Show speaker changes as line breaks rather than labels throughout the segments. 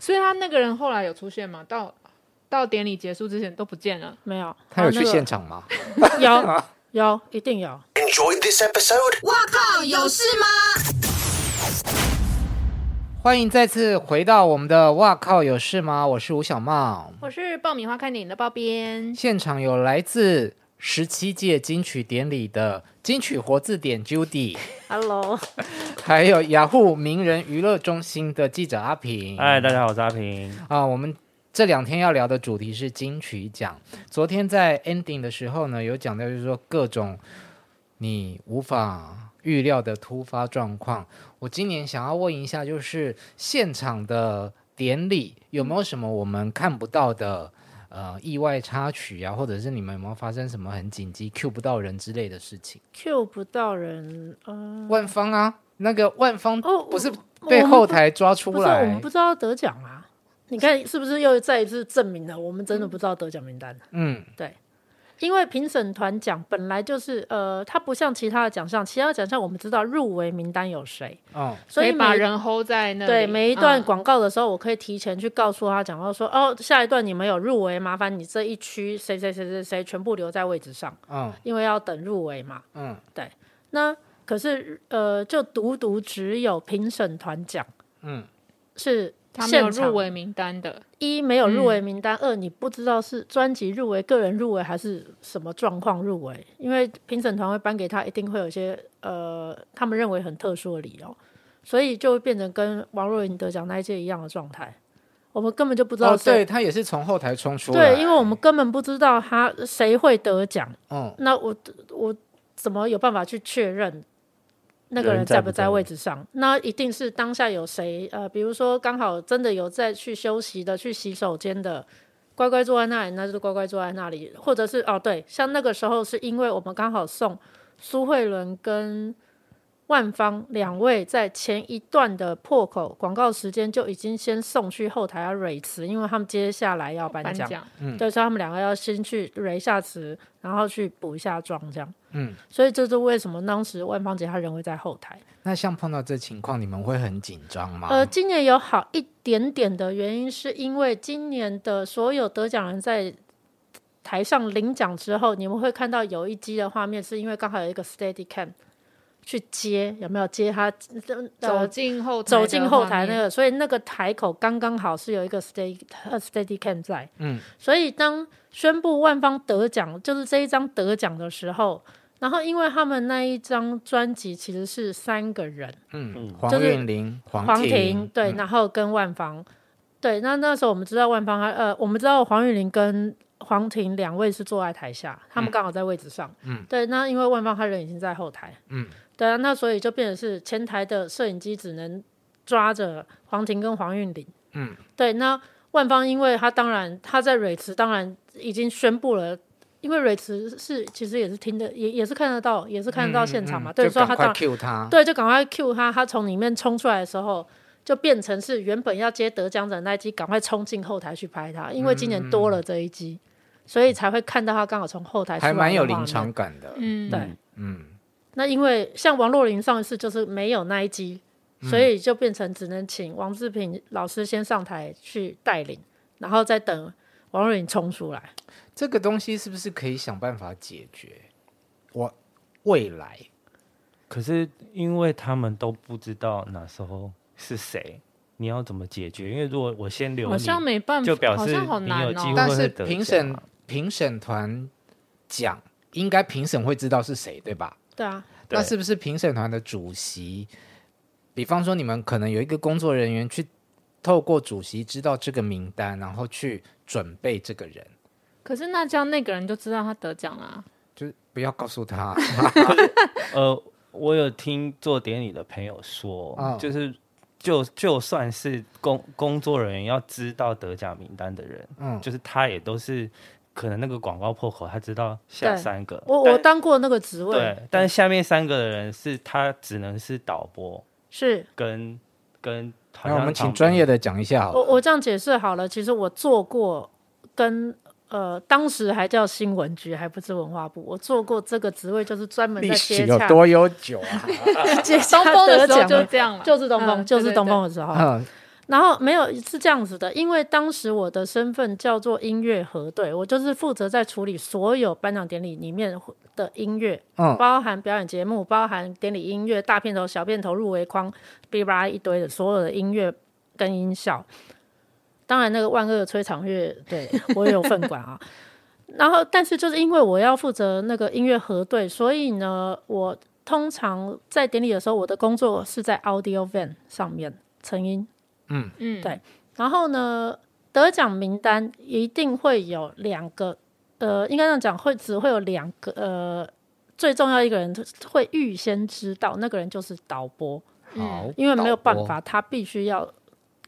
所以他那个人后来有出现吗？到到典礼结束之前都不见了。
没有，
他
哦
有去现
场，
场吗？
那个有有一定有。
Enjoyed this episode?
欢迎再次回到我们的“哇靠有事吗”，我是吴小茂。
我是爆米花看电影的爆边，
现场有来自十七届金曲典礼的金曲活字典 Judy，
Hello，
还有雅虎名人娱乐中心的记者阿平。
嗨，大家好，我是阿平。
啊，我们这两天要聊的主题是金曲奖。昨天在 ending 的时候呢，有讲到就是说各种你无法预料的突发状况。我今年想要问一下，就是现场的典礼有没有什么我们看不到的？呃，意外插曲啊，或者是你们有没有发生什么很紧急 Q 不到人之类的事情？
Q 不到人，呃，
万芳啊，那个万芳
哦
不是
我
被
们
后
不
台抓出
不是我
来，
们不知道得奖啊。你看是不是又再一次证明了我们真的不知道得奖名单？
嗯，
因为评审团奖本来就是呃，它不像其他的奖项，其他的奖项我们知道入围名单有谁，
哦，
所以
可把
每
人 hold 在那里。
对每一段
嗯
广告的时候，我可以提前去告诉他讲到说，哦，下一段你们有入围，麻烦你这一区谁谁谁谁谁全部留在位置上，
嗯
因为要等入围嘛。
嗯
那可是呃，就独独只有评审团奖
嗯，
是
他没有
现场
入围嗯名单的，
一没有入围名单，二你不知道是专辑入围、个人入围还是什么状况入围，因为评审团会颁给他，一定会有一些呃他们认为很特殊的理由，所以就会变成跟王若琳得奖那一届一样的状态，我们根本就不知道
哦，对
谁。
他也是从后台冲出来，
对，因为我们根本不知道他谁会得奖，
嗯
那我我怎么有办法去确认那个
人
人
在
在
不
不在
在
位置上？那一定是当下有谁呃，比如说刚好真的有在去休息的、去洗手间的，乖乖坐在那里，那就乖乖坐在那里，或者是哦对，像那个时候是因为我们刚好送苏慧伦跟。万芳两位在前一段的破口广告时间就已经先送去后台要蕊词，因为他们接下来要颁
颁
奖。
奖
对，所以他们两个要先去蕊一下词，然后去补一下妆，这样。
嗯。
所以这是为什么当时万芳姐她人会在后台。
那像碰到这情况，你们会很紧张吗？
呃，今年有好一点点的原因，是因为今年的所有得奖人在台上领奖之后，你们会看到有一机的画面，是因为刚好有一个 steady cam 去接，有没有接他？
走
呃，
进后台的
走进后台
画
那
面
个，所以那个台口刚刚好是有一个 steady 呃 steady cam 在。
嗯，
所以当宣布万方得奖，就是这一张得奖的时候，然后因为他们那一张专辑其实是三个人，
嗯
嗯，
黄
就是
韵玲、黄
黄
婷，
婷对，
嗯
然后跟万方，对，那那时候我们知道万方他呃，我们知道黄雨玲跟黄婷两位是坐在台下，他们刚好在位置上，
嗯，
对，那因为万方他人已经在后台，
嗯，
对啊，那所以就变成是前台的摄影机只能抓着黄婷跟黄韵玲。
嗯，
对。那万方因为他当然他在蕊慈当然已经宣布了，因为蕊慈是其实也是听得也也是看得到，也是看得到现场
嗯
嘛。
嗯
对，
就
所以
赶
他
快
当
Q 他，
对就赶快 Q 他，他从里面冲出来的时候。就变成是原本要接得奖者那一机，赶快冲进后台去拍他，因为今年多了这一机，所以才会看到他刚好从后台出来
还
的
蛮有
画
临
面
场感的。
嗯，
对，
嗯，
那因为像王若琳上一次就是没有那一集，所
嗯
以就变成只能请王志平老师先上台去带领，然后再等王若琳冲出来。
这个东西是不是可以想办法解决？我未来，
可是因为他们都不知道哪时候是谁，你要怎么解决？因为如果我先留
好
你，
像没办法，
就表示
好像好难
你有机会
哦。
但
会
是
得
评
奖
审
啊
评审团讲，应该评审会知道是谁，对吧？
对啊，
对
那是不是评审团的主席？比方说，你们可能有一个工作人员去透过主席知道这个名单，然后去准备这个人，
可是那这样那个人就知道他得奖啊 啦。
就是不要告诉他。
呃，我有听做典礼的朋友说，
哦
就是就就算是工工作人员要知道得奖名单的人，
嗯，
就是他也都是可能那个广告破口，他知道下
对
三个，
我我当过那个职位，
对，但是下面三个的人是他只能是导播
是
跟跟， 好
那我
像
们请
旁
专
边
业的讲一下好
我
了。
我这样解释好了。其实我做过跟。呃，当时还叫新闻局，还不是文化部。我做过这个职位，就是专门在接洽
悠久啊？
接
东
洽
风的
得
时候
奖
就
的，
这样了，
就是东风，
嗯
就是
对
东。
对
风
对
的时候。
嗯，
然后没有是这样子的，因为当时我的身份叫做音乐核对，我就是负责在处理所有颁奖典礼里面的音乐，
嗯，
包含表演节目，包含典礼音乐、大片头、小片头、入围框，哔吧一堆的所有的音乐跟音效。当然，那个万恶的吹场乐，对我也有份管啊。然后，但是就是因为我要负责那个音乐核对，所以呢，我通常在典礼的时候，我的工作是在 audio van 上面成音。
嗯，
对然后呢，得奖名单一定会有两个，呃，应该这样讲，会只会有两个，呃，最重要一个人会预先知道，那个人就是导播，
好，
因为没有办
导播
法，他必须要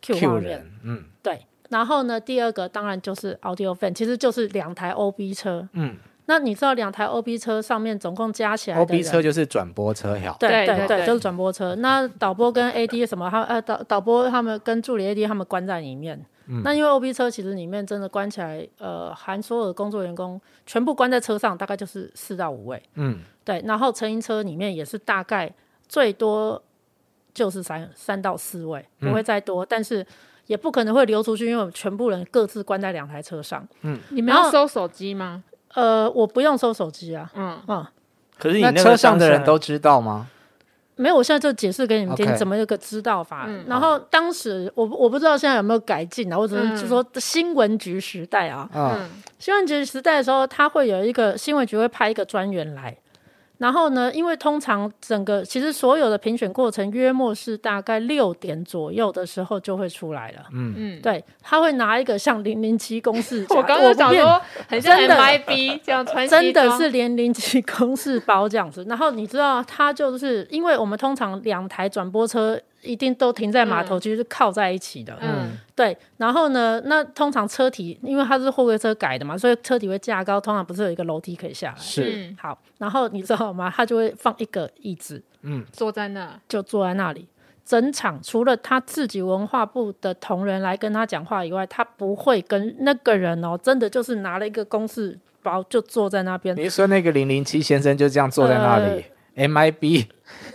Q
Q
画面。
人，嗯
对，然后呢，第二个当然就是 audio fan，其实就是两台 OB 车。
嗯
那你知道两台 OB 车上面总共加起来的
，OB
人
车就是转播车票，
对
对
对
对
对，就是转播车。那导播跟 AD 什么，他呃导导播他们跟助理 AD 他们关在里面。那因为 OB 车其实里面真的关起来，呃，含所有的工作员工全部关在车上，大概就是四到五位。
嗯，
对，然后成音车里面也是大概最多就是三三到四位，不会再多，但是也不可能会流出去，因为我们全部人各自关在两台车上。
你们
然
要
后
收手机吗？
呃，我不用收手机啊，
嗯，
啊、
可是你
那
那个
车上的
当下
人都知道吗？
没有，我现在就解释给你们听
OK
怎么有个知道法。
嗯
然后当时我我不知道现在有没有改进啊，我只
嗯
能就说新闻局时代啊，
嗯，
新闻局时代的时候，他会有一个新闻局会派一个专员来。然后呢，因为通常整个其实所有的评选过程约莫是大概六点左右的时候就会出来了。
嗯，
对，他会拿一个像零零七公式 夹，
我刚刚
不
想
骗
说，很像
真的
MIB 这样穿西
真的
装
是连零级公式包这样子。然后你知道，它就是因为我们通常两台转播车一定都停在码头，
嗯
其实是靠在一起的。
嗯
对，然后呢，那通常车体因为它是货柜车改的嘛，所以车体会架高，通常不是有一个楼梯可以下来。
是，
嗯
好，然后你知道吗？他就会放一个椅子，
坐在那，
就坐在那里。整场除了他自己文化部的同仁来跟他讲话以外，他不会跟那个人哦，真的就是拿了一个公式包就坐在那边。
你说那个零零七先生就这样坐在那里，MIB，
呃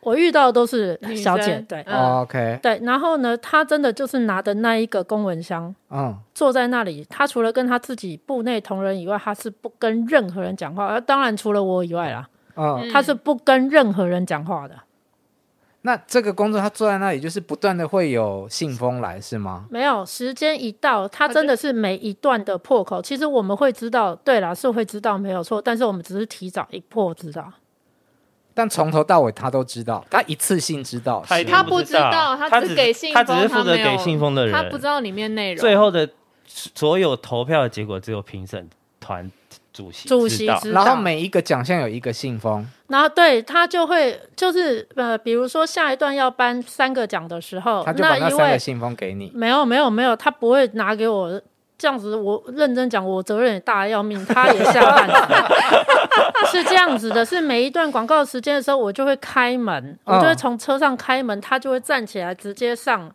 我遇到的都是
女
小姐，
生
对、
嗯
哦 OK，
对。然后呢，她真的就是拿着那一个公文箱
嗯，
坐在那里，她除了跟她自己部内同仁以外，她是不跟任何人讲话。呃，当然除了我以外啦，
嗯，
她是不跟任何人讲话的。
那这个工作他坐在那里，就是不断的会有信封来，是吗？
没有时间一到，她真的是每一段的破口，其实我们会知道，对啦，是会知道没有错，但是我们只是提早一破知道。
但从头到尾他都知道，他一次性知道，
他一
是
定
吗
他不知道他
他
只给信封
他只是负责
他没
给
有
信封的人，
他不知道里面内容。
最后的所有投票的结果只有评审团主席
主席
知道
知
然后
道
每一个奖项有一个信封，
然后对他就会就是呃，比如说下一段要颁三个奖的时候，
他就把那
一
三
位
个信封给你。
没有没有没有，他不会拿给我这样子。我认真讲，我责任也大得要 命，他也下半场 是这样子的，是每一段广告时间的时候，我就会开门，我就会
嗯
从车上开门，他就会站起来直接上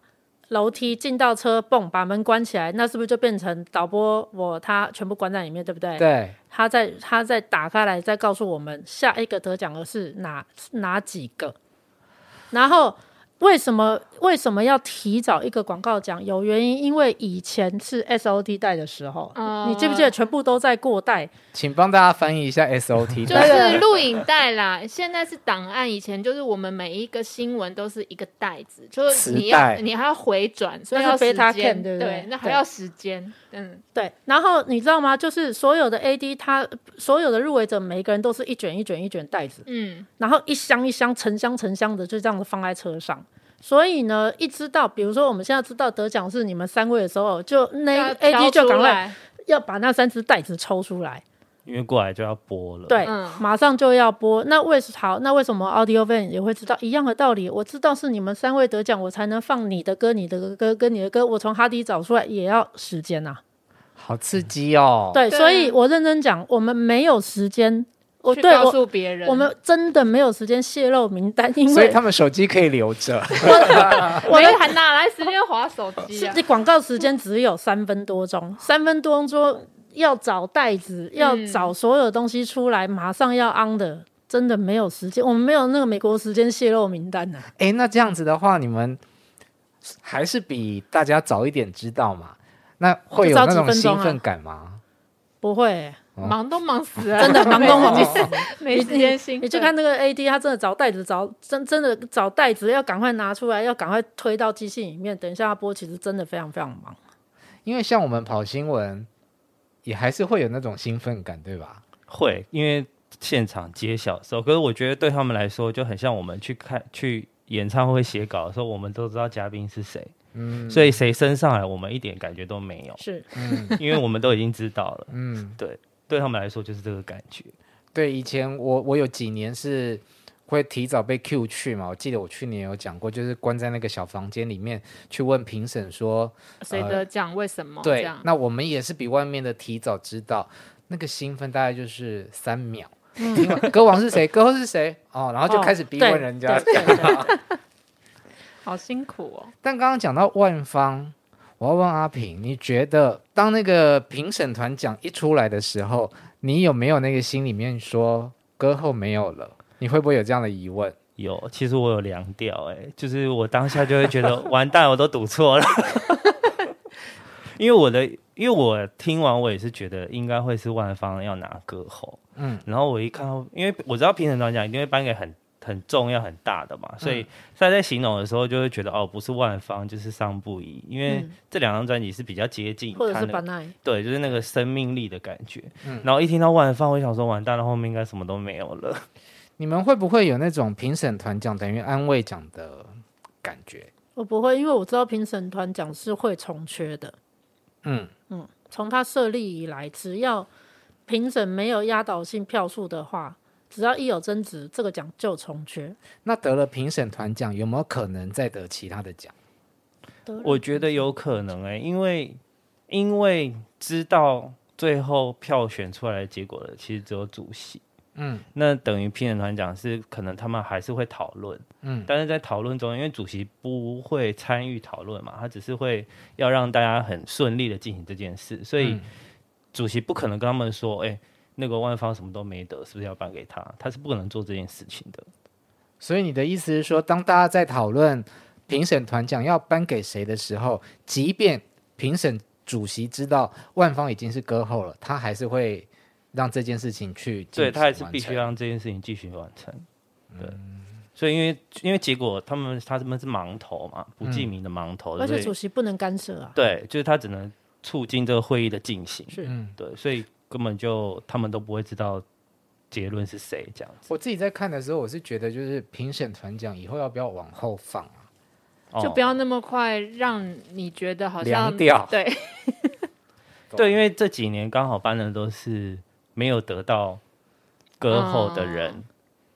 楼梯，进到车泵，把门关起来，那是不是就变成导播我他全部关在里面，对不对？
对，
他再他再打开来，再告诉我们下一个得奖的是哪哪几个。然后为什么为什么要提早一个广告奖？有原因，因为以前是 SOD 代的时候，
哦
你记不记得全部都在过代？
请帮大家翻译一下 SOT
就
代。
是录影带啦， 现在是档案，以前就是我们每一个新闻都是一个袋子，就是你
磁
要
带
你还要回转，所以
那
要
是
时
beta
间，
cam，对不对
那还
对
要时间，嗯，
对，然后你知道吗？就是所有的 AD，他所有的入围者，每一个人都是一卷一卷一卷袋子，
嗯，
然后一箱一箱、成箱成箱的就这样子放在车上。所以呢，一知道，比如说我们现在知道得奖是你们三位的时候，就那
要
AD
挑
就
出
赶快
来，
要把那三只袋子抽出来，
因为过来就要播了。
对，
嗯
马上就要播。那为什好？那为什么 Audio Van 也会知道一样的道理？我知道是你们三位得奖，我才能放你的歌、你的歌跟你的歌。我从哈迪找出来也要时间呐、
好刺激哦！，
对，
对啊
所以我认真讲，我们没有时间，我
去
对
告
我
诉别人，
我们真的没有时间泄露名单，因
所以
为
他们手机可以留着。
没有还哪来时间划手机啊
是？广告时间只有三分多钟，三分多钟要找袋子，要找所有东西出来，马上要 on 的，真的没有时间，我们没有那个美国时间泄露名单呐、啊
哎，那这样子的话，你们还是比大家早一点知道嘛，那会有
就早
那
几
种
分钟
兴
啊
奋感吗？
不会，
哦
忙都忙死了，
真 的忙都忙
没时
死。
间没时间心。
你就看那个 AD，他真的找袋子找真真的找袋子，要赶快拿出来，要赶快推到机器里面。等一下他播，其实真的非常非常忙。，
因为像我们跑新闻，也还是会有那种兴奋感，对吧？
会，因为现场揭晓的时候，可是我觉得对他们来说就很像我们去看去演唱会写稿的时候，我们都知道嘉宾是谁，
嗯，
所以谁升上来，我们一点感觉都没有
是，
嗯
因为我们都已经知道了。
嗯，
对他们来说就是这个感觉。
对，以前我我有几年是会提早被 Q 去嘛，我记得我去年有讲过，就是关在那个小房间里面去问评审说，
谁得奖？为什么？哦这
对
样，
那我们也是比外面的提早知道，那个兴奋大概就是三秒。因为歌王是谁？歌后是谁？哦，然后就开始逼
对
问人家。
哦对 对对
好辛苦哦。
但刚刚讲到万方，我要问阿平，你觉得当那个评审团奖一出来的时候，你有没有那个心里面说歌后没有了？你会不会有这样的疑问？
有，其实我有量调，哎，就是我当下就会觉 得完蛋，我都赌错了， 因为我的，因为我听完我也是觉得应该会是万芳要拿歌喉，
嗯
嗯，然后我一看到，因为我知道评审团奖一定会颁给很很重要很大的
嗯
嘛，所以在在形容的时候就会觉得哦，不是万芳就是桑布宜，因为
嗯
这两张专辑是比较接近
或者
他
是
那
b a n a
对，就是那个生命力的感觉，
嗯
然后一听到万芳，我想说完蛋了，后面应该什么都没有了。
你们会不会有那种评审团奖等于安慰奖的感觉？
我不会，因为我知道评审团奖是会重缺的。
嗯，
从它设立以来，只要评审没有压倒性票数的话，只要一有争执，这个奖就重缺。
那得了评审团奖，有没有可能再得其他的奖？
我觉得有可能哎、因为因为知道最后票选出来的结果的，其实只有主席。
嗯，
那等于评审团讲是可能他们还是会讨论，
嗯
但是在讨论中，因为主席不会参与讨论嘛，他只是会要让大家很顺利的进行这件事，所以
嗯
主席不可能跟他们说，哎、那个万方什么都没得，是不是要颁给他？他是不可能做这件事情的。
所以你的意思是说，当大家在讨论评审团奖要颁给谁的时候，即便评审主席知道万方已经是歌后了，他还是会让这件事情去进
对
行
他还是
完
必
成嗯
须让这件事情继续完成。对，所以因为因为结果他们他们是盲头嘛，不
嗯
记名的盲头，
而
所
且
以
主席不能干涉啊。
对，就是他只能促进这个会议的进行。
是
嗯
对，所以根本就他们都不会知道结论是谁这样子。
我自己在看的时候，我是觉得就是评审团奖以后要不要往后放啊？
就
哦
不要那么快让你觉得好像
凉掉
对，
对，因为这几年刚好颁的都是没有得到歌后的人，
啊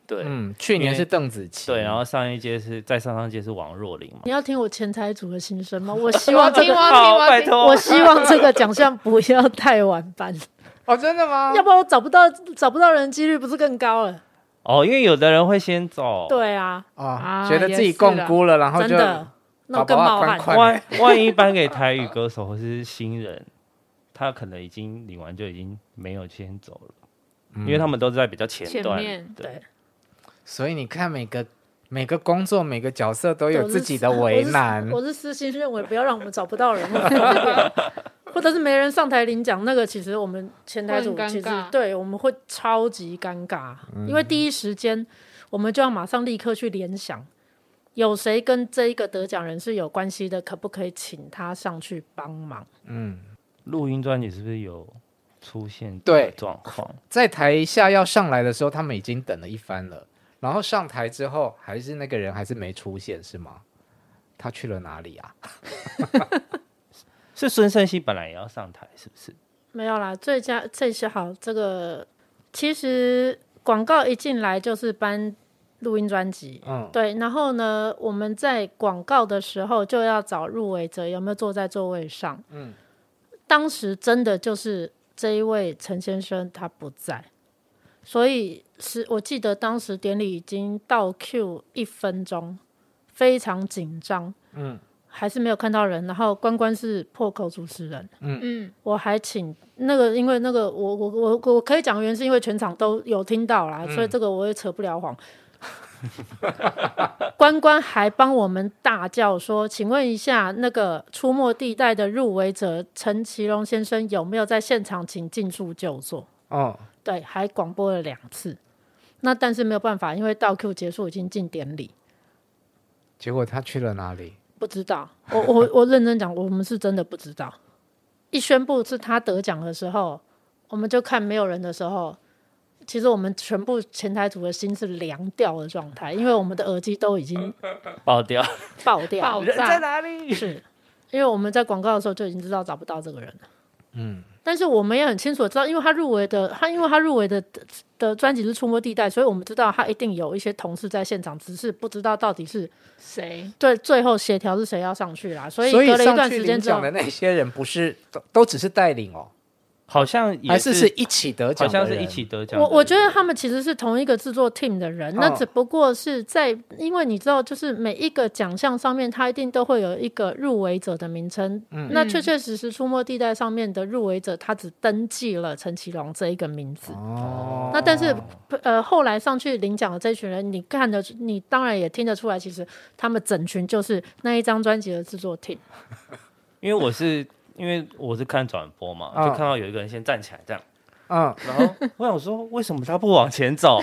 对、
嗯，去年是邓紫棋，
对，然后上一届是在上上届是王若琳嘛
你，要听我前台组的心声吗？我希
我要
望这
听，
个，
我
好
要
拜
听，我
托，
我希望这个奖项不要太晚颁，
哦，真的吗？
要不然我找不到找不到人的几率不是更高了？
哦，因为有的人会先走，
对啊，
啊，
啊
觉得
也
自己
是
共
啦
估了，然后
真
就
的，那我更
宝宝
冒
啊
汗。
宽宽
万万一颁给台语歌手或是新人，他可能已经领完就已经没有先走了，
嗯
因为他们都是在比较前
前
段。
面
对，
所以你看每个每个工作每个角色都有
我是
自己的为难，
我是。我是私心认为，不要让我们找不到人，或者是 或者是没人上台领奖，那个其实我们前台组
会很尴
其实
尬
对我们会超级尴尬，
嗯
因为第一时间我们就要马上立刻去联想，有谁跟这一个得奖人是有关系的，可不可以请他上去帮忙？
嗯，
录音专辑是不是有出现
对
这个状况？
在台下要上来的时候，他们已经等了一番了，然后上台之后，还是那个人还是没出现，是吗？他去了哪里啊？
是孙胜熙本来也要上台，是不是？
没有啦，最佳这些好，这个其实广告一进来就是搬录音专辑，
嗯，
对，然后呢，我们在广告的时候就要找入围者有没有坐在座位上。
嗯，
当时真的就是这一位陈先生他不在，所以是我记得当时典礼已经到 Q 一分钟，非常紧张。
嗯，
还是没有看到人。然后关关是破口主持人，
嗯，
我还请那个，因为那个我我我我可以讲的原因是因为全场都有听到啦，所以这个我也扯不了谎。 关关还帮我们大叫说：“请问一下，那个出没地带的入围者陈其龙先生有没有在现场？请尽速就座。
哦，”
对，还广播了两次。那但是没有办法，因为到 Q 结束已经进典礼，
结果他去了哪里？
不知道。我我我认真讲，我们是真的不知道。一宣布是他得奖的时候，我们就看没有人的时候，其实我们全部前台组的心是凉掉的状态，因为我们的耳机都已经
爆掉，
爆掉了
爆
人在
炸，
哪里？
是因为我们在广告的时候就已经知道找不到这个人了。
嗯，
但是我们也很清楚地知道，因为他入围的，他因为他入围的的的专辑是《触摸地带》，所以我们知道他一定有一些同事在现场，只是不知道到底是
谁？
对最后协调是谁要上去啦。所以
所以
隔了一
上
段
去
时
领
间之
奖
后，
的那些人不是都都只是带领哦，
好像也
还是是一起得
好
奖的人？
像是一起得奖的
我
人。
我觉得他们其实是同一个制作 team 的人，那
哦
只不过是在，因为你知道，就是每一个奖项上面，它一定都会有一个入围者的名称。
嗯
那确确实实，《出没地带》上面的入围者，他只登记了陈其龙这一个名字。
哦。
那但是，呃，后来上去领奖的这群人，你看得出，你当然也听得出来，其实他们整群就是那一张专辑的制作 team。
因为我是因为我是看转播嘛，
嗯
就看到有一个人先站起来这样，
嗯，
然后我想说为什么他不往前走，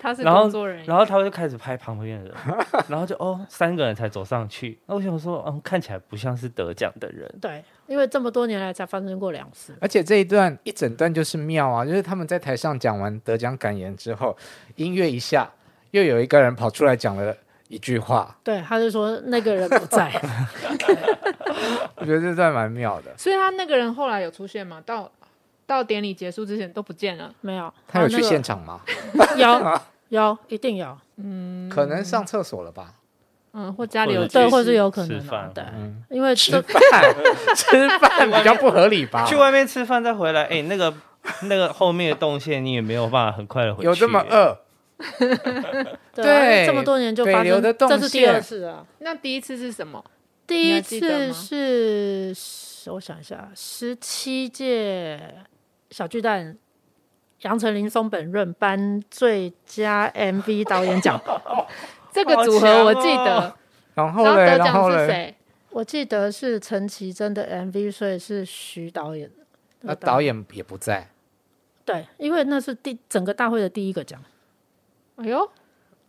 他是
然后
工作人员，
然后他就开始拍旁边的 人，然后就哦三个人才走上去，那我想说嗯看起来不像是得奖的人，
对，因为这么多年来才发生过两次。
而且这一段一整段就是妙啊，就是他们在台上讲完得奖感言之后，音乐一下，又有一个人跑出来讲了一句话，
对，他就说那个人不 在。
我觉得这段蛮妙的。
所以他那个人后来有出现吗？到到典礼结束之前都不见了。
没有，
他有
那
去
个嗯
现场吗？
有 有一定有，
可能上厕所了吧？
嗯，或家里
或
有
者
对，
去
或
吃
是有可
吃
能啊
饭
对
嗯，
因为
吃
这
饭，吃饭比较不合理吧？
去外面吃饭再回来，哎那个那个后面的动线你也没有办法很快的回去，欸
有这么饿？对
啊这么多年就发
北流
生，
的动
这是第
线
二次啊。
那第一次是什么？
第一
还记得
次
吗
是十我想一下，十七届小巨蛋杨丞琳、松本润颁最佳 MV 导 演奖，
这个
好
组
强
合我记
哦
得，
然
然
后
后
嘞，
得
然
奖
后
是
嘞，
谁？
我记得是陈绮贞的 MV，所以是徐导演。
那啊导演也不在，
对，因为那是第整个大会的第一个奖，
哎呦，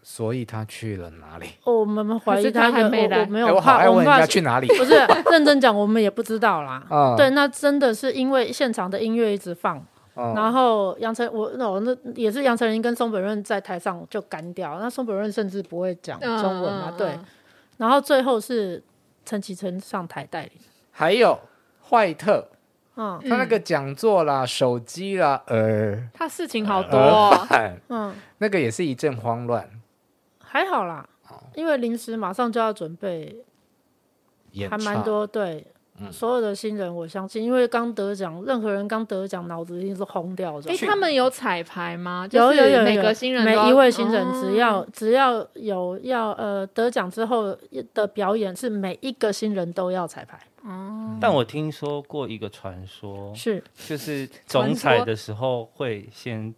所以他去了哪里？
哦我们怀
可
疑
是他
他
还
有
没
我
来
我没
哎
有
我好
怕，
爱
我
问
们
人
怕
家去哪里。
不是认真讲，我们也不知道 啦。
嗯
对，那真的是因为现场的音乐一直放，
嗯
然后杨丞我那我那也是杨丞琳跟松本润在台上就干掉，那松本润甚至不会讲
嗯
中文啊，
嗯
对
嗯。
然后最后是陈绮贞上台带领，
还有坏特，
嗯
他那个讲座啦、手机啦、呃耳
他事情好多、
耳
呃
哦，
哎
返，
嗯，
那个也是一阵慌乱。
还好啦，
哦
因为临时马上就要准备，
演
还
唱嗯
蛮多对。所有的新人，我相信，因为刚得奖，任何人刚得奖，脑子一定是轰掉的。
哎、他们有彩排吗？就
有
是
有有有
每个新人都
每
要，
一位新人
哦
只要、只要有要呃得奖之后的表演，是每一个新人都要彩排。
但我听说过一个传说，
是
就是总彩的时候会先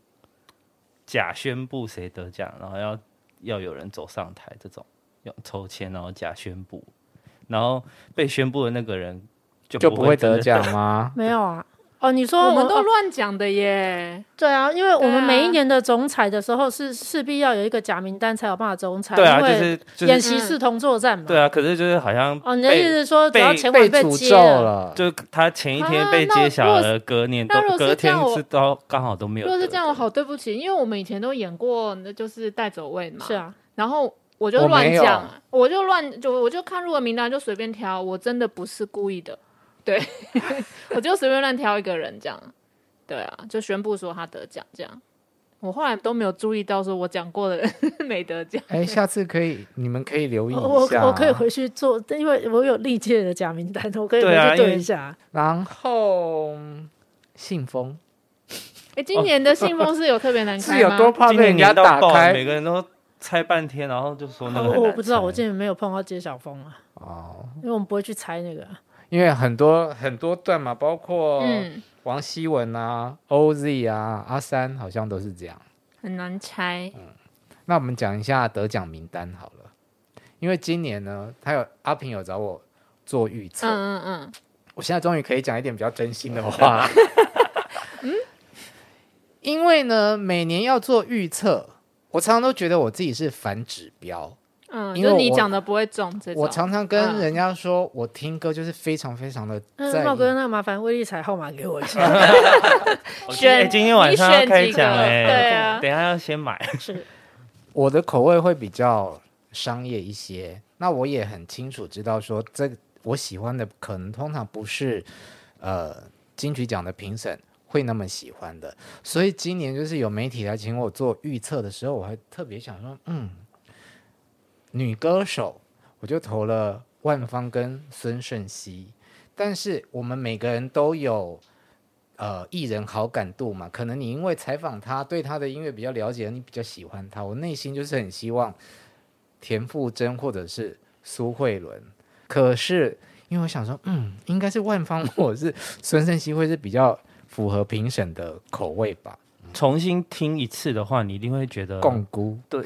假宣布谁得奖，然后要要有人走上台，这种用抽签，然后假宣布，然后被宣布的那个人就
就
不
不会
真的
得奖吗？
没有啊？哦，你说
我们都
哦
乱讲的耶。
对啊，因为我
对
们
啊
每一年的总彩的时候是势必要有一个假名单才有办法总 彩，
对啊，
因
就
为
是就
演
是
习视同作战嘛。
对啊，可是就是好像
哦，你的意
被
思是说只
被
要前
被
晚被
诅
接
咒了，
就他前一天被揭晓
啊那如
了，隔年
那如果
都
是
隔
这
天
样我
是都刚好都没有
如
得
果是
奖。
这样，我好对不起，因为我们以前都演过，那就是带走位嘛。
是。啊，
然后我就
我
乱
没有
讲，我就乱就我就看入围名单就随便挑，我真的不是故意的，对， 我就随便乱挑一个人这样，对啊，就宣布说他得奖这样。我后来都没有注意到，说我讲过的人 没得奖。
哎，下次可以，你们可以留意
我我
一下。
我可以回去做，因为我有历届的假名单，我可以回
对啊
去
因为
对一下。
然后信封
哎，今年的信封是有特别难
哦是
开
有
吗？
多怕
今
被
年
人家
年到
打
爆了，每
开
个人都猜半天，然后就说那个
哦
很
我我
难
不知道，
猜
我今年没有碰到揭晓风啊，
哦，
因为我们不会去猜那个。
因为很多很多段嘛，包括
嗯，
王希文啊、OZ 啊、阿三，好像都是这样。
很难拆。
那我们讲一下得奖名单好了，因为今年呢，他有阿平有找我做预测，
嗯嗯
我现在终于可以讲一点比较真心的话。 嗯，因为呢，每年要做预测，我常常都觉得我自己是反指标。
嗯嗯，
因
就
为
是你
我
讲的不会中这种。
我常常跟人家说，我听歌就是非常非常的在
嗯，
意。
茂哥，那麻烦威力彩号码给我一下。
选
哎今天晚上要
你选
开
几个
奖哎，
对啊
等一下要先买。
是，
我的口味会比较商业一些，那我也很清楚知道说，这我喜欢的可能通常不是呃金曲奖的评审会那么喜欢的，所以今年就是有媒体来请我做预测的时候，我还特别想说，嗯，女歌手我就投了万芳跟孙盛熙，但是我们每个人都有呃艺人好感度嘛，可能你因为采访他，对他的音乐比较了解，你比较喜欢他。我内心就是很希望田馥甄或者是苏慧伦，可是因为我想说，嗯，应该是万芳或者是孙盛熙会是比较符合评审的口味吧，
重新听一次的话，你一定会觉得
共估。
对。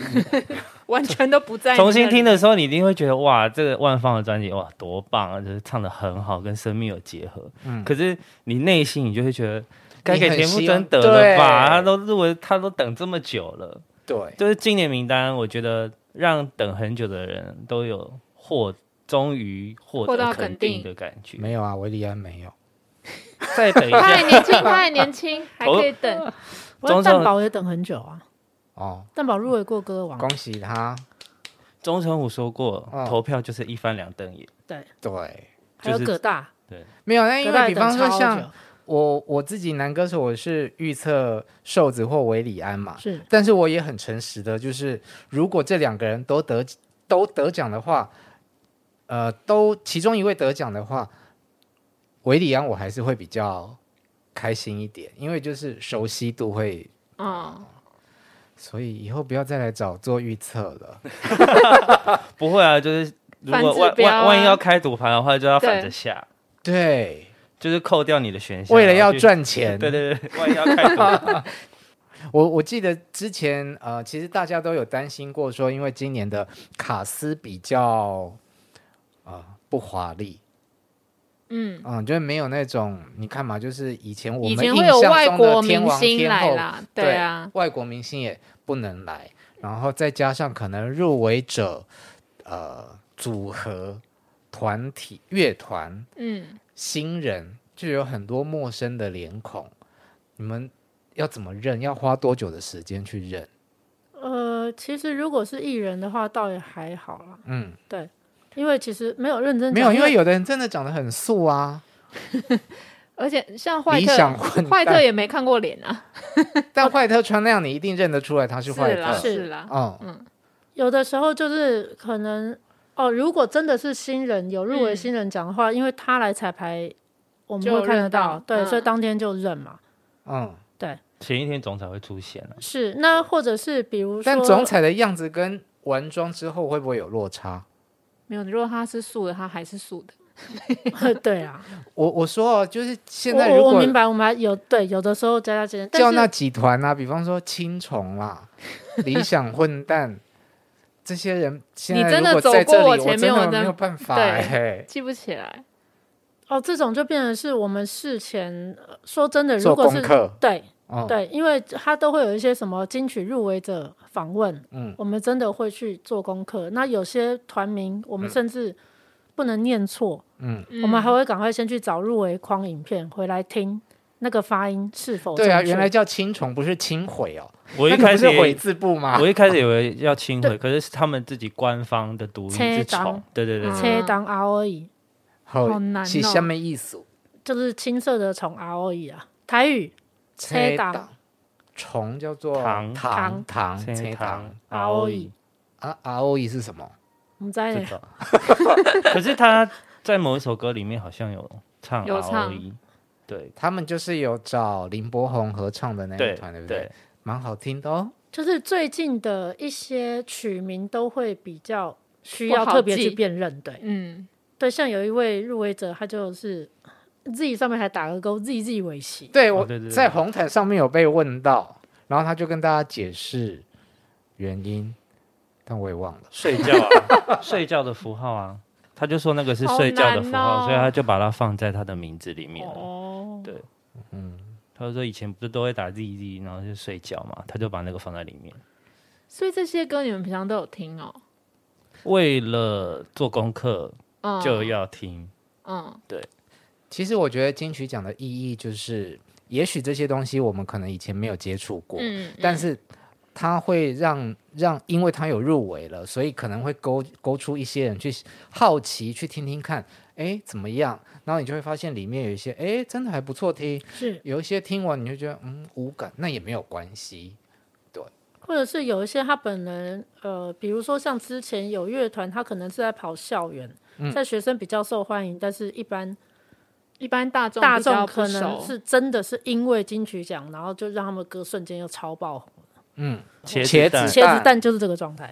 完全都不在。
重新听，的时候，你一定会觉得哇，这个万芳的专辑哇多棒啊，就是唱的很好，跟生命有结合。
嗯
可是你内心你就会觉得。该
你
给
很
田馥
希望
甄得了吧？
对
他都入围，他都等这么久了。
对，
就是今年名单，我觉得让等很久的人都有获，终于获
获
得
到
肯
肯定
定的感觉。
没有啊，维利安没有。
再等一
太
下，
年轻，太年 轻，还可以等。
我要
钟
蛋
少
堡也等很久啊，
哦，
蛋堡入围过歌王，
恭喜他。
钟成武说过，
嗯
投票就是一翻两瞪眼。
对，
还有
就是
葛大，
没有，那因
葛大
为
也
比
等
方说
超
像
久，
我我自己男歌手，我是预测瘦子或维里安嘛，
是
但是我也很诚实的，就是如果这两个人都得都得奖的话，呃，都其中一位得奖的话，维里安我还是会比较开心一点，因为就是熟悉度会，
嗯，
所以以后不要再来找做预测 了。
不会啊，就是如果
反
万
指标啊
万万一要开赌盘的话，就要反着
对
下，
对，
就是扣掉你的选项，
为了要
然后去
赚钱，
对对对，万一要开 赌，
我我记得之前呃，其实大家都有担心过说，因为今年的卡斯比较啊、呃不华丽，
嗯，
嗯，就是没有那种你看嘛，就是以前我
以
们
前
印
会有外
象中
国
的天
明
王
星
天
来
后，
啦，对啊，
外国明星也不能来，然后再加上可能入围者呃组合、团体、乐团、
嗯，
新人，就有很多陌生的脸孔，你们要怎么认？要花多久的时间去认？
呃，其实如果是艺人的话，倒也还好啦，
嗯。
因为其实没有认真
没
讲
有，因为有的人真的长得很素啊，
而且像坏
理想
特，
混
坏特
蛋。
也没看过脸啊，
但坏特穿那样，你一定认得出来他是坏
是啦
特。
是啦，
嗯，
有的时候就是可能哦，如果真的是新人有入围
嗯
新人奖的话，因为他来彩排，我们
就
会看得
认到
到，对，
嗯
所以当天就认嘛。
嗯，
前一天总裁会出现啊。
是，那或者是比如说，
但总裁的样子跟完妆之后会不会有落差？
没有，如果他是素的，他还是素的，
对啊，
我我说哦，就是 现在如
我我我
果
明白，我们还有对有的时候加加减减，
叫
但
那
是
几团啊，比方说青虫啦、理想混蛋这些人，现在
真的
如果
走
在这
过我
里，我
前
真
面我
的
真
没有办法
对
哎。
记不起来。
哦，这种就变成是我们事前呃说真的，如
做
果
功
是
课，
对
嗯，
对，因为他都会有一些什么金曲入围者访问，
嗯，
我们真的会去做功课。那有些团名我们甚至不能念错，
嗯，
嗯
我们还会赶快先去找入围框影片回来听那个发音是否
对啊，
正确
原来叫青虫，不是清毁哦。
我一
那你不
开始
是啊
也
悔字部吗？
我一开始以为要亲
对
回，可是是他们自己官方的读音
切
是
档
虫，对对对
嗯
对，
切当 R 而已，
好
好难
是
哦
什么意思？
就是青色的虫 R 而已啊。台语切档
档虫叫做
糖
糖糖
切
切
糖
糖
ROE
啊，R O E 是什么？
我们
哎
在
这种。 可是他在某一首歌里面好像有唱
有唱
ROE，对
他们就是有找林柏宏合唱的那一
对
团，对不
对？，
蛮好听的哦。
就是最近的一些曲名都会比较需
不
要
好
特别
记
去辨认，对。
嗯，
对，像有一位入围者，他就是 Z 上面还打个勾，Z Z 尾鳍。
对，
哦
我
对对对
在红毯上面有被问到，然后他就跟大家解释原因，但我也忘了。
睡觉 啊，睡觉的符号啊，他就说那个是睡觉的符号，
好难哦
所以他就把它放在他的名字里面了。
哦，
对
嗯，
他就说以前不是都会打 ZZ，然后就睡觉嘛，他就把那个放在里面。
所以这些歌你们平常都有听哦。
为了做功课
嗯，
就要听，
嗯，
其实我觉得金曲奖的意义就是，也许这些东西我们可能以前没有接触过，
嗯，
但
嗯
是它会让让，因为它有入围了，所以可能会勾勾出一些人去好奇去听听看，哎，怎么样？然后你就会发现里面有一些，哎，真的还不错听，
是，
有一些听完你就觉得，嗯，无感，那也没有关系。
或者是有一些他本人，呃，比如说像之前有乐团，他可能是在跑校园，在学生比较受欢迎，但是一般
一般大众
大
比较
众
不
可能
熟
是真的是因为金曲奖，然后就让他们歌瞬间又超爆红。
嗯，
哦
茄
茄
子
子
蛋
茄子蛋就是这个状态，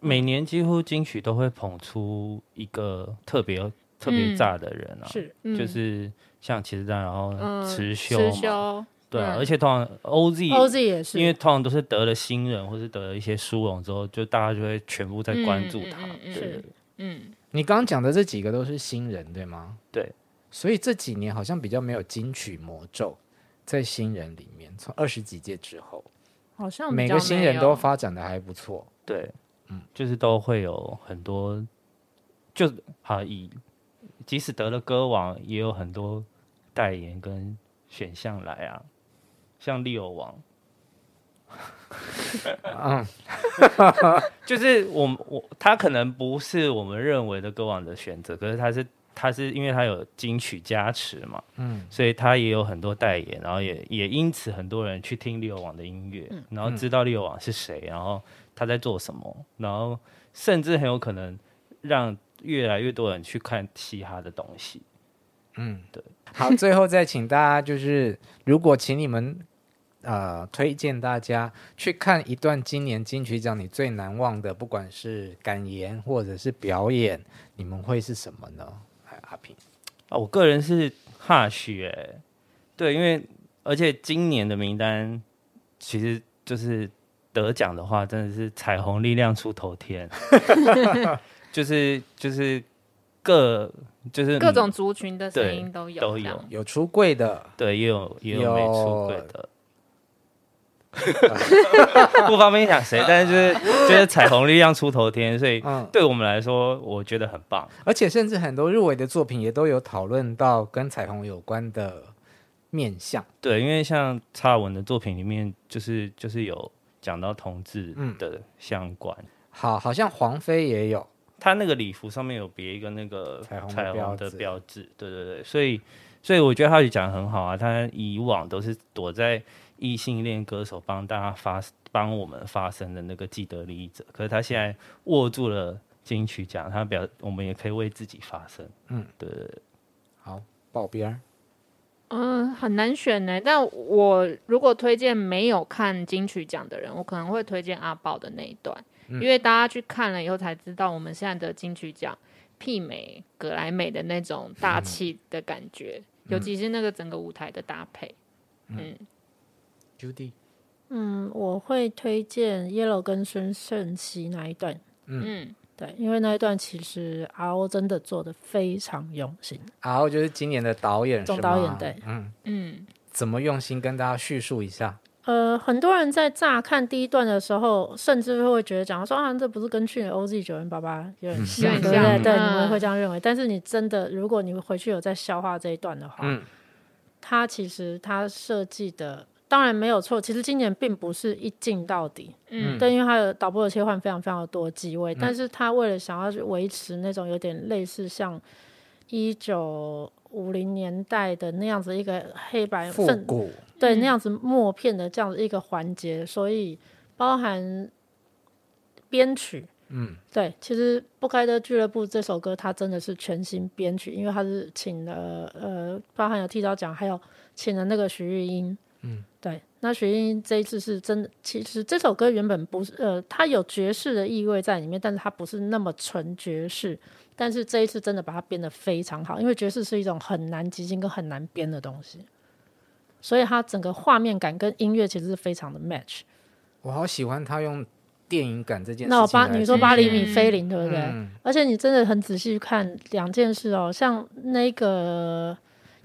每年几乎金曲都会捧出一个特别特别炸的人啊，
是
嗯
就是像茄子蛋，然后
嗯
持修嘛，
持修，
对啊，
嗯
而且通常 OZ
OZ 也是，
因为通常都是得了新人或是得了一些殊荣之后，就大家就会全部在关注
嗯
他。
嗯嗯嗯
对对
是
对
嗯，
你刚刚讲的这几个都是新人，对吗？
对。
所以这几年好像比较没有金曲魔咒在新人里面，从二十几届之后，
好像比
每
较
个新
没
人都
有
发展的还不错。
对，嗯，就是都会有很多，就好以即使得了歌王，也有很多代言跟选项来啊，像利友王，
嗯，
就是我们我他可能不是我们认为的歌王的选择，可是他是他是因为他有金曲加持嘛，
嗯
嗯，所以他也有很多代言，然后也也因此很多人去听利友网的音乐，
嗯
然后知道利友网是谁，然后他在做什么，然后甚至很有可能让越来越多人去看嘻哈的东西。嗯
好，最后再请大家就是， 如果请你们呃推荐大家去看一段今年金曲奖你最难忘的，不管是感言或者是表演，你们会是什么呢？哎阿平，
啊，我个人是哈许哎、对，因为而且今年的名单其实就是得奖的话，真的是彩虹力量出头天， 就是就是各 就是
各
嗯
种族群的声
对
音都有，
都有
有出柜的，
对，也有也
有
有没出柜的。 不方便讲谁，但是就是就是彩虹力量出头天，所以
嗯，
对我们来说，我觉得很棒。
而且甚至很多入围的作品也都有讨论到跟彩虹有关的面向。
对，因为像查尔文的作品里面，就是就是有讲到同志
嗯
的相关，
好，好像黄飞也有，
他那个礼服上面有别一个那个
彩虹的
彩虹
标
的
志
标志，对对对，所以所以我觉得浩宇讲的很好啊，他以往都是躲在异性恋歌手帮大家发帮我们发声的那个既得利益者，可是他现在握住了金曲奖，他表我们也可以为自己发声，
嗯
嗯，对对对，
好，报边儿。
嗯，很难选呢。但我如果推荐没有看金曲奖的人，我可能会推荐阿宝的那一段，因为大家去看了以后才知道，我们现在的金曲奖媲美格莱美的那种大气的感觉，尤其是那个整个舞台的搭配。嗯，
Judy，
嗯，我会推荐 Yellow 跟孙盛熙那一段，
嗯，
对，因为那一段其实 RO 真的做的非常用心，
然后就是今年的导演，
总
是
导
吗
演对
嗯，
嗯，
怎么用心跟大家叙述一下？
呃，很多人在乍看第一段的时候，甚至会觉得讲说啊，这不是跟去年 OZ 九零八八有点像，
有
对
点像
不对？对，
嗯
你们会这样认为。但是你真的，如果你回去有在消化这一段的话，
嗯
它其实它设计的当然没有错。其实今年并不是一镜到底，
嗯
对，因为它的导播的切换非常非常的多机位，但是它为了想要去维持那种有点类似像一九五零年代的那样子一个黑白
复
甚
古，
对
嗯
那样子默片的这样子一个环节，所以包含编曲，
嗯，
对，其实《不开的俱乐部》这首歌它真的是全新编曲，因为它是请了呃，包含有剃刀奖，还有请了那个徐玉英，嗯，对，那徐玉英这一次是真的，其实这首歌原本不是呃，它有爵士的意味在里面，但是它不是那么纯爵士，但是这一次真的把它编得非常好，因为爵士是一种很难即兴跟很难编的东西，所以它整个画面感跟音乐其实是非常的 match。
我好喜欢他用电影感这件事情来
那我
说。
巴，你说八厘米
嗯
菲林对不对？
嗯
而且你真的很仔细看两件事哦，像那个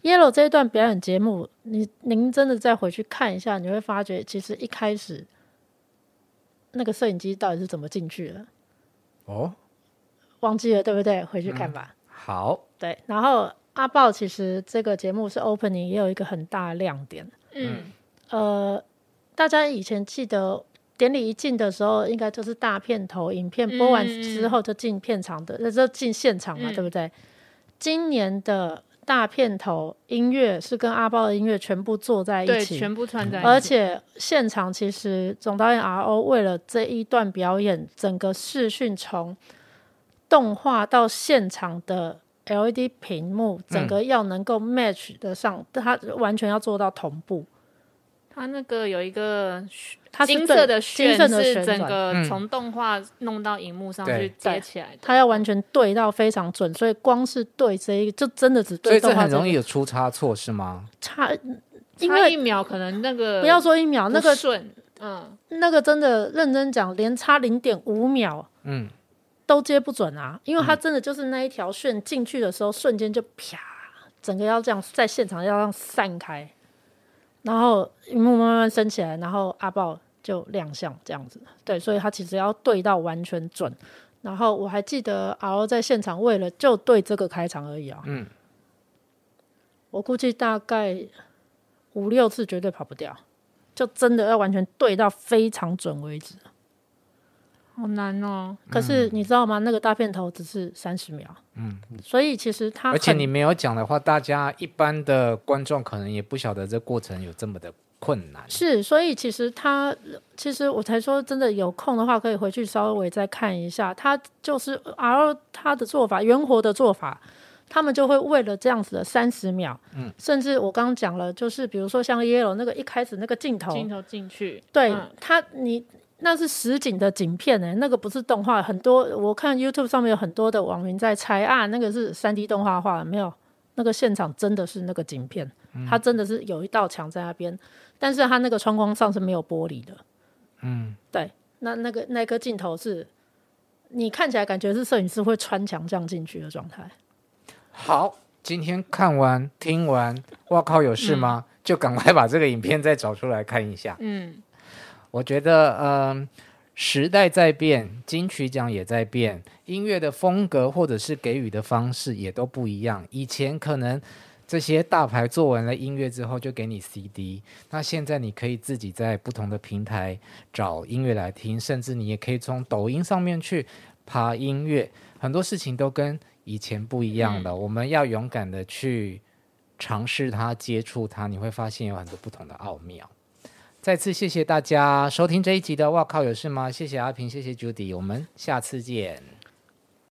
Yellow 这一段表演节目，你您真的再回去看一下，你会发觉其实一开始那个摄影机到底是怎么进去的，
哦，
忘记了对不对？回去看吧。
好，
对，然后阿豹其实这个节目是 opening 也有一个很大的亮点，
嗯，
呃，大家以前记得典礼一进的时候，应该就是大片头，影片播完之后就进片场的，那、就进现场嘛，
嗯
对不对？今年的大片头音乐是跟阿豹的音乐全部坐在一
对，
起，嗯
全部串在一起，
而且现场其实总导演 R O 为了这一段表演，整个视讯从动画到现场的 L E D 屏幕，整
嗯
个要能够 match 得上，它完全要做到同步。
它那个有一个
它是
金
对
色的
金
旋
色的
是
旋
整
转
个
嗯
从动画弄到荧幕上
对
去接起来的，
它要完全对到非常准，所以光是对这一个就真的只
所
对
以这
动画
很
个
容易有出差错是吗？
差，因
差一
为
秒可能那个
不要说一秒，
呃不
那个
顺，嗯，
那个真的认真讲，连差零点五秒
嗯，
都接不准啊，因为它真的就是那一条线进去的时候，瞬间就啪，整个要这样在现场要这样散开，然后荧幕慢慢升起来，然后阿豹就亮相这样子，对，所以他其实要对到完全准。然后我还记得 R 在现场为了就对这个开场而已啊，
嗯，
我估计大概五六次绝对跑不掉，就真的要完全对到非常准为止。
好难哦，
可是你知道吗？那个大片头只是三十秒，
嗯，
所以其实它
而且
很
你没有讲的话，大家一般的观众可能也不晓得这过程有这么的困难。
是，所以其实他其实我才说，真的有空的话可以回去稍微再看一下。他就是 R 他的做法，圆活的做法，他们就会为了这样子的三十秒，嗯，甚至我刚刚讲了，就是比如说像 Yellow 那个一开始那个镜头，
镜头进去，
对、
嗯
他你。那是实景的景片呢、那个不是动画。很多我看 YouTube 上面有很多的网民在猜啊，那个是三 D 动画画，没有那个现场真的是那个景片，它真的是有一道墙在那边，但是它那个窗框上是没有玻璃的。嗯，对，那那个那颗镜头是你看起来感觉是摄影师会穿墙这样进去的状态。
好，今天看完听完，哇靠，有事吗？就赶快把这个影片再找出来看一下。
嗯，
我觉得，嗯、时代在变，金曲奖也在变，音乐的风格或者是给予的方式也都不一样。以前可能这些大牌做完了音乐之后就给你 CD，那现在你可以自己在不同的平台找音乐来听，甚至你也可以从抖音上面去爬音乐，很多事情都跟以前不一样了。我们要勇敢的去尝试它、接触它，你会发现有很多不同的奥妙。再次谢谢大家收听这一集的《哇靠有事吗》，谢谢阿平，谢谢 Judy，我们下次见。